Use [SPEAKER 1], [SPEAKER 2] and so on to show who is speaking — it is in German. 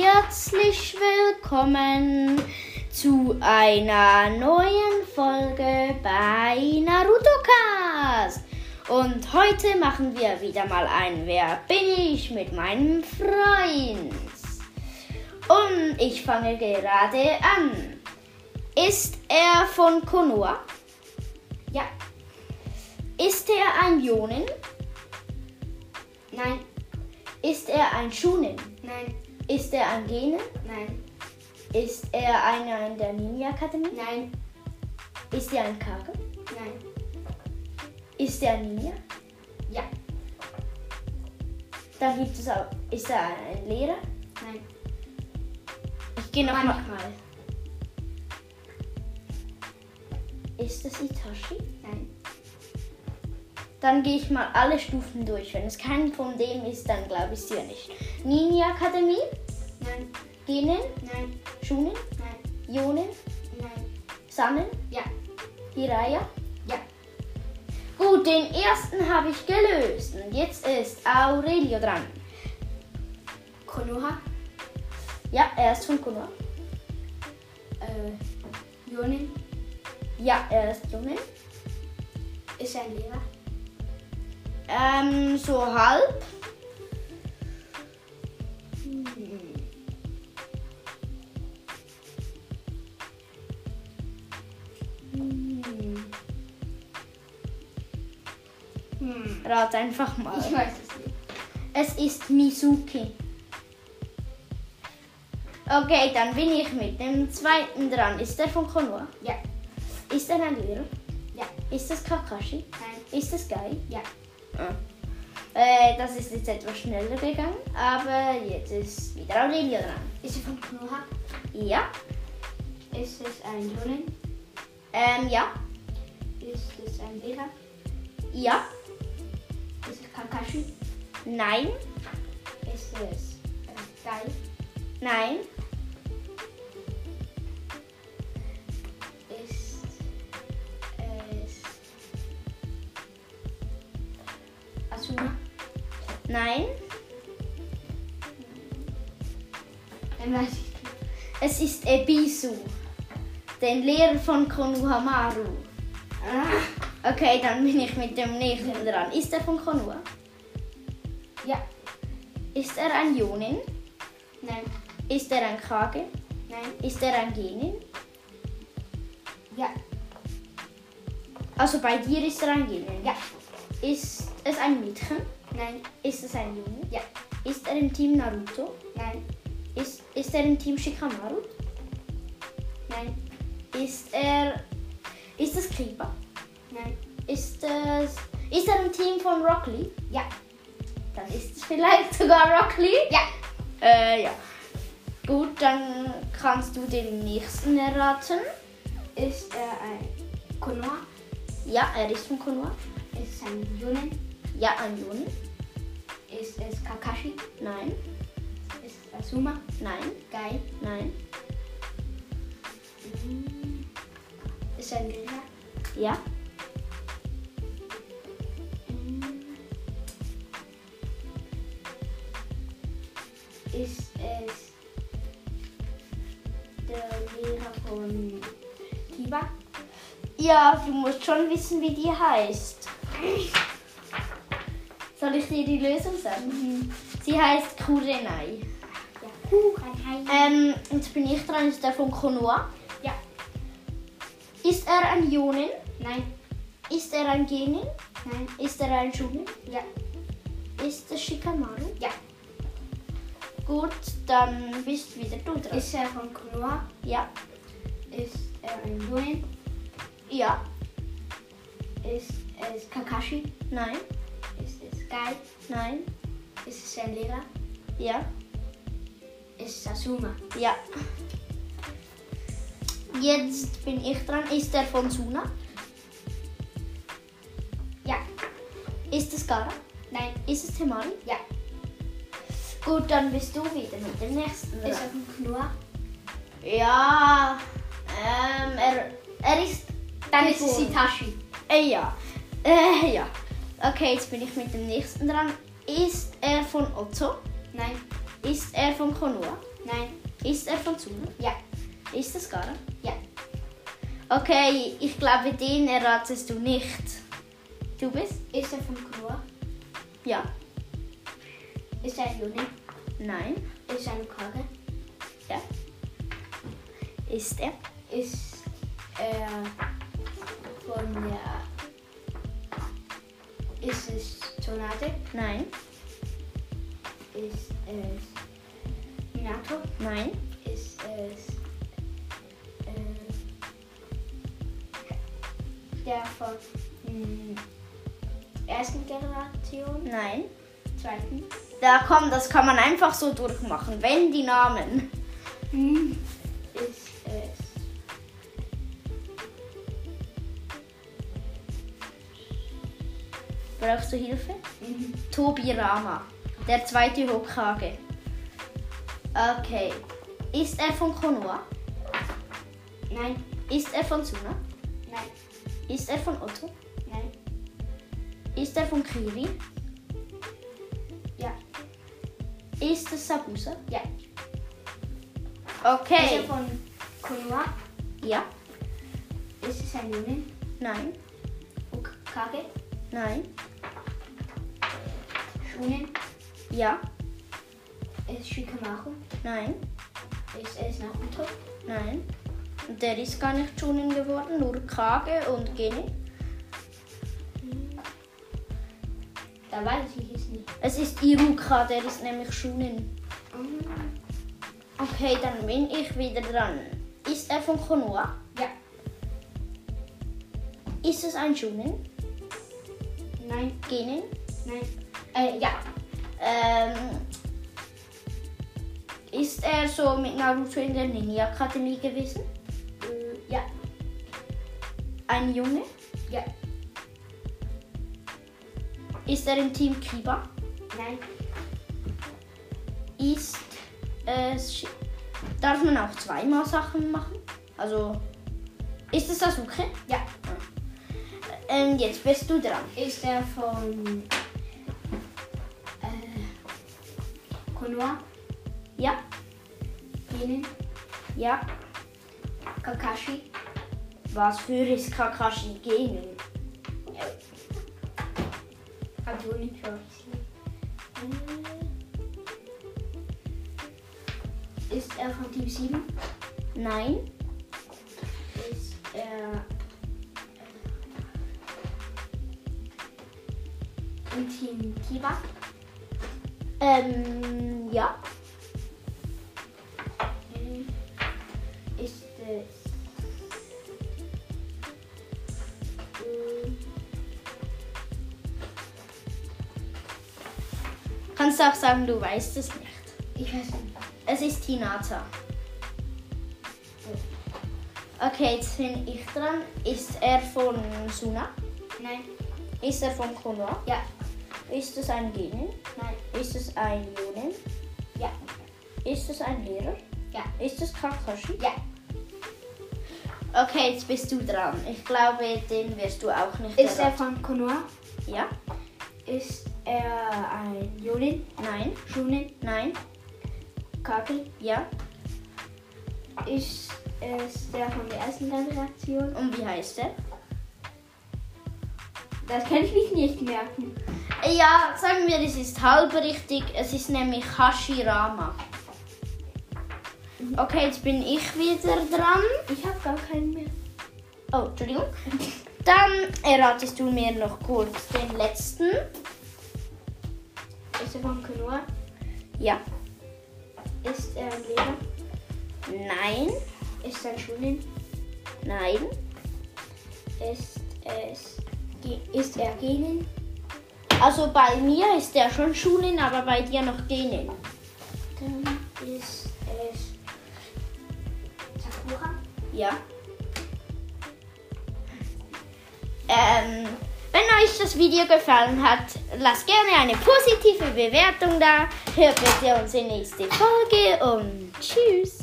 [SPEAKER 1] herzlich willkommen zu einer neuen Folge bei Naruto Cast. Und heute machen wir wieder mal ein Wer bin ich mit meinem Freund. Und ich fange gerade an. Ist er von Konoha?
[SPEAKER 2] Ja,
[SPEAKER 1] Ist er ein Jonin?
[SPEAKER 2] nein,
[SPEAKER 1] Ist er ein Shunin?
[SPEAKER 2] nein,
[SPEAKER 1] Ist er ein Genin?
[SPEAKER 2] nein,
[SPEAKER 1] Ist er einer in der Ninja Akademie?
[SPEAKER 2] nein,
[SPEAKER 1] Ist er ein Kage?
[SPEAKER 2] nein,
[SPEAKER 1] Ist er ein Ninja?
[SPEAKER 2] ja,
[SPEAKER 1] Dann gibt es auch. Ist er ein Lehrer?
[SPEAKER 2] nein,
[SPEAKER 1] Ich gehe nochmal.
[SPEAKER 2] manchmal,
[SPEAKER 1] Ist es Itachi?
[SPEAKER 2] nein,
[SPEAKER 1] Dann gehe ich mal alle Stufen durch. Wenn es keinen von dem ist, dann glaube ich es dir nicht. Ninja Akademie,
[SPEAKER 2] nein,
[SPEAKER 1] Genen,
[SPEAKER 2] nein,
[SPEAKER 1] Shunen,
[SPEAKER 2] nein,
[SPEAKER 1] Ionen,
[SPEAKER 2] nein,
[SPEAKER 1] Sannen,
[SPEAKER 2] ja,
[SPEAKER 1] Hiraya.
[SPEAKER 2] ja,
[SPEAKER 1] Gut, den ersten habe ich gelöst. Und jetzt ist Aurelio dran.
[SPEAKER 2] Konoha,
[SPEAKER 1] Ja, er ist von Konoha.
[SPEAKER 2] äh, Jonin
[SPEAKER 1] Ja, er ist Ionen.
[SPEAKER 2] ist ein Lehrer,
[SPEAKER 1] Ähm, so halb.
[SPEAKER 2] hm, hm,
[SPEAKER 1] Rat einfach
[SPEAKER 2] ich
[SPEAKER 1] mal.
[SPEAKER 2] weiß es nicht,
[SPEAKER 1] Es ist Mizuki. Okay, dann bin ich mit dem zweiten dran. Ist der von Konoha?
[SPEAKER 2] ja,
[SPEAKER 1] Ist er ein Lehrer?
[SPEAKER 2] ja,
[SPEAKER 1] Ist das Kakashi?
[SPEAKER 2] nein,
[SPEAKER 1] Ist das geil?
[SPEAKER 2] ja,
[SPEAKER 1] Äh, das ist jetzt etwas schneller gegangen, aber jetzt ist wieder Aurelio dran.
[SPEAKER 2] ist er von Konoha,
[SPEAKER 1] Ja,
[SPEAKER 2] ist es ein Jonin,
[SPEAKER 1] ähm, ja,
[SPEAKER 2] ist es ein Lehrer,
[SPEAKER 1] ja,
[SPEAKER 2] ist es Kakashi,
[SPEAKER 1] nein,
[SPEAKER 2] ist es äh, Gai,
[SPEAKER 1] nein,
[SPEAKER 2] ist es Asuna.
[SPEAKER 1] nein.
[SPEAKER 2] Dann weiß ich nicht.
[SPEAKER 1] Es ist Ebisu, den Lehrer von Konohamaru.
[SPEAKER 2] Ah.
[SPEAKER 1] Okay, dann bin ich mit dem nächsten dran. Ist er von Konoha?
[SPEAKER 2] Ja,
[SPEAKER 1] Ist er ein Jonin?
[SPEAKER 2] nein,
[SPEAKER 1] Ist er ein Kage?
[SPEAKER 2] nein,
[SPEAKER 1] Ist er ein Genin?
[SPEAKER 2] ja,
[SPEAKER 1] Also bei dir ist er ein Genin.
[SPEAKER 2] ja,
[SPEAKER 1] Ist es ein Mädchen?
[SPEAKER 2] nein,
[SPEAKER 1] Ist es ein Junge?
[SPEAKER 2] ja,
[SPEAKER 1] Ist er im Team Naruto?
[SPEAKER 2] nein,
[SPEAKER 1] Ist, ist er im Team Shikamaru?
[SPEAKER 2] nein,
[SPEAKER 1] Ist er. Ist es Kripa?
[SPEAKER 2] nein,
[SPEAKER 1] Ist es. Ist er im Team von Rock Lee?
[SPEAKER 2] ja,
[SPEAKER 1] Dann ist es vielleicht sogar Rock Lee.
[SPEAKER 2] ja,
[SPEAKER 1] Äh, ja. Gut, dann kannst du den nächsten erraten.
[SPEAKER 2] ist er ein Konoha,
[SPEAKER 1] Ja, er ist von Konoha.
[SPEAKER 2] ist es ein Yunen,
[SPEAKER 1] Ja, ein Juni.
[SPEAKER 2] ist es Kakashi,
[SPEAKER 1] Nein,
[SPEAKER 2] ist es Asuma,
[SPEAKER 1] nein,
[SPEAKER 2] Gai,
[SPEAKER 1] nein.
[SPEAKER 2] ist er ein Lehrer,
[SPEAKER 1] Ja,
[SPEAKER 2] ist es der Lehrer von Kiba?
[SPEAKER 1] Ja, du musst schon wissen, wie die heißt. Soll ich dir die Lösung sagen? Sie heißt Kurenai.
[SPEAKER 2] Ja. Kuchenheim.
[SPEAKER 1] Ähm, jetzt bin ich dran, ist der von Konoha.
[SPEAKER 2] Ja.
[SPEAKER 1] Ist er ein Jonin?
[SPEAKER 2] Nein.
[SPEAKER 1] Ist er ein Genin?
[SPEAKER 2] Nein.
[SPEAKER 1] Ist er ein Shunin?
[SPEAKER 2] Ja.
[SPEAKER 1] Ist es Shikamaru?
[SPEAKER 2] Ja.
[SPEAKER 1] Gut, dann bist wieder du dran.
[SPEAKER 2] Ist er von Konoha?
[SPEAKER 1] ja,
[SPEAKER 2] Ist er ein Jungen?
[SPEAKER 1] ja,
[SPEAKER 2] Ist es Kakashi?
[SPEAKER 1] nein,
[SPEAKER 2] Ist es Guy?
[SPEAKER 1] nein,
[SPEAKER 2] Ist es ein Lehrer?
[SPEAKER 1] ja,
[SPEAKER 2] Ist es Asuma?
[SPEAKER 1] ja. Jetzt bin ich dran. Ist er von Suna?
[SPEAKER 2] Ja.
[SPEAKER 1] Ist es Gara?
[SPEAKER 2] Nein.
[SPEAKER 1] Ist es Temari?
[SPEAKER 2] Ja.
[SPEAKER 1] Gut, dann bist du wieder mit dem nächsten.
[SPEAKER 2] Ist
[SPEAKER 1] Dran.
[SPEAKER 2] er von Konoha?
[SPEAKER 1] Ja, ähm, er, er ist.
[SPEAKER 2] Dann ist es
[SPEAKER 1] geboren.
[SPEAKER 2] Itachi.
[SPEAKER 1] Äh, ja. Äh, ja. Okay, jetzt bin ich mit dem nächsten dran. Ist er von Otto?
[SPEAKER 2] Nein.
[SPEAKER 1] Ist er von Konoha?
[SPEAKER 2] Nein.
[SPEAKER 1] Ist er von Zuna?
[SPEAKER 2] Ja.
[SPEAKER 1] Ist das Gara?
[SPEAKER 2] Ja.
[SPEAKER 1] Okay, ich glaube, den erratest du nicht. Du bist?
[SPEAKER 2] Ist er von Kroa?
[SPEAKER 1] Ja.
[SPEAKER 2] Ist er Juni?
[SPEAKER 1] Nein.
[SPEAKER 2] Ist er Nukage?
[SPEAKER 1] Ja. Ist er?
[SPEAKER 2] Ist er von der. Ist es Tonade?
[SPEAKER 1] Nein.
[SPEAKER 2] Ist es Minato?
[SPEAKER 1] Nein.
[SPEAKER 2] Ist es. Äh, der von. Mh, ersten Generation?
[SPEAKER 1] Nein.
[SPEAKER 2] Zweiten?
[SPEAKER 1] Da komm, das kann man einfach so durchmachen. Wenn die Namen.
[SPEAKER 2] Ist es.
[SPEAKER 1] Brauchst du Hilfe?
[SPEAKER 2] hm,
[SPEAKER 1] Tobi Rama, der zweite Hokage. Okay. Ist er von Konoha?
[SPEAKER 2] Nein,
[SPEAKER 1] Ist er von Suna?
[SPEAKER 2] nein,
[SPEAKER 1] Ist er von Otto?
[SPEAKER 2] nein.
[SPEAKER 1] Ist er von Kiri?
[SPEAKER 2] Ja,
[SPEAKER 1] Ist es Sabusa?
[SPEAKER 2] ja. Ist er
[SPEAKER 1] Okay.
[SPEAKER 2] von Konoha?
[SPEAKER 1] Ja.
[SPEAKER 2] Ist es ein Juni?
[SPEAKER 1] Nein.
[SPEAKER 2] Okage?
[SPEAKER 1] Nein.
[SPEAKER 2] Shunen?
[SPEAKER 1] Ja.
[SPEAKER 2] Ist es Shikamaru?
[SPEAKER 1] Nein.
[SPEAKER 2] Ist es Naruto?
[SPEAKER 1] Nein. Und Der ist gar nicht Chunin geworden, nur Kage und Genie.
[SPEAKER 2] Da weiß ich es nicht.
[SPEAKER 1] Es ist Iruka, der ist nämlich Chunin.
[SPEAKER 2] Hm,
[SPEAKER 1] Okay, dann bin ich wieder dran. Ist er von Konoha?
[SPEAKER 2] Ja,
[SPEAKER 1] Ist es ein Chunin?
[SPEAKER 2] nein,
[SPEAKER 1] Genin?
[SPEAKER 2] nein. Äh, ja.
[SPEAKER 1] Ähm, ist er so mit Naruto in der Ninja-Akademie gewesen?
[SPEAKER 2] Äh, ja,
[SPEAKER 1] Ein Junge?
[SPEAKER 2] ja,
[SPEAKER 1] Ist er im Team Kiba?
[SPEAKER 2] nein,
[SPEAKER 1] Ist es... Shi- Darf man auch zweimal Sachen machen? Also, ist es Sasuke?
[SPEAKER 2] ja.
[SPEAKER 1] Ähm, jetzt bist du dran.
[SPEAKER 2] Ist er von. Äh, Konoha?
[SPEAKER 1] Ja,
[SPEAKER 2] Jenen?
[SPEAKER 1] ja.
[SPEAKER 2] Kakashi?
[SPEAKER 1] Was für ist Kakashi Genin?
[SPEAKER 2] Hab wohl nicht gehört. Äh, Ist er von Team 7?
[SPEAKER 1] Nein,
[SPEAKER 2] Ist er. äh, Im Team Kiba?
[SPEAKER 1] ähm, ja.
[SPEAKER 2] Mhm. Ist es. äh, Mhm.
[SPEAKER 1] Kannst du auch sagen, du weißt es nicht.
[SPEAKER 2] Ich weiß nicht.
[SPEAKER 1] Es ist Hinata. Okay, jetzt bin ich dran. Ist er von Suna?
[SPEAKER 2] Nein.
[SPEAKER 1] Ist er von Konoha?
[SPEAKER 2] Ja.
[SPEAKER 1] Ist es ein Genin?
[SPEAKER 2] Nein.
[SPEAKER 1] Ist es ein Jonin?
[SPEAKER 2] Ja.
[SPEAKER 1] Ist es ein Lehrer?
[SPEAKER 2] Ja.
[SPEAKER 1] Ist es Kakashi?
[SPEAKER 2] Ja.
[SPEAKER 1] Okay, jetzt bist du dran. Ich glaube, den wirst du auch nicht
[SPEAKER 2] Ist er
[SPEAKER 1] erraten.
[SPEAKER 2] von Konoha?
[SPEAKER 1] Ja?
[SPEAKER 2] Ist er ein Jolin?
[SPEAKER 1] Nein?
[SPEAKER 2] Shunin?
[SPEAKER 1] Nein?
[SPEAKER 2] Kaki?
[SPEAKER 1] Ja?
[SPEAKER 2] Ist es der von der ersten Generation?
[SPEAKER 1] Und wie heißt er?
[SPEAKER 2] Das kann ich mich nicht merken.
[SPEAKER 1] Ja, sagen wir, es ist halb richtig. Es ist nämlich Hashirama. Okay, jetzt bin ich wieder dran.
[SPEAKER 2] Ich habe gar keinen mehr.
[SPEAKER 1] Oh, Entschuldigung. Dann erratest du mir noch kurz den letzten.
[SPEAKER 2] Ist er von Konoha?
[SPEAKER 1] Ja.
[SPEAKER 2] Ist er ein Lehrer?
[SPEAKER 1] Nein.
[SPEAKER 2] Ist er ein Shunin?
[SPEAKER 1] Nein.
[SPEAKER 2] Ist es. Ge- Ist er Genin?
[SPEAKER 1] Also bei mir ist der schon Schunin, aber bei dir noch Genin.
[SPEAKER 2] Dann ist es. Sakura?
[SPEAKER 1] Ja. Ähm, wenn euch das Video gefallen hat, lasst gerne eine positive Bewertung da. Hört bitte unsere nächste Folge und tschüss.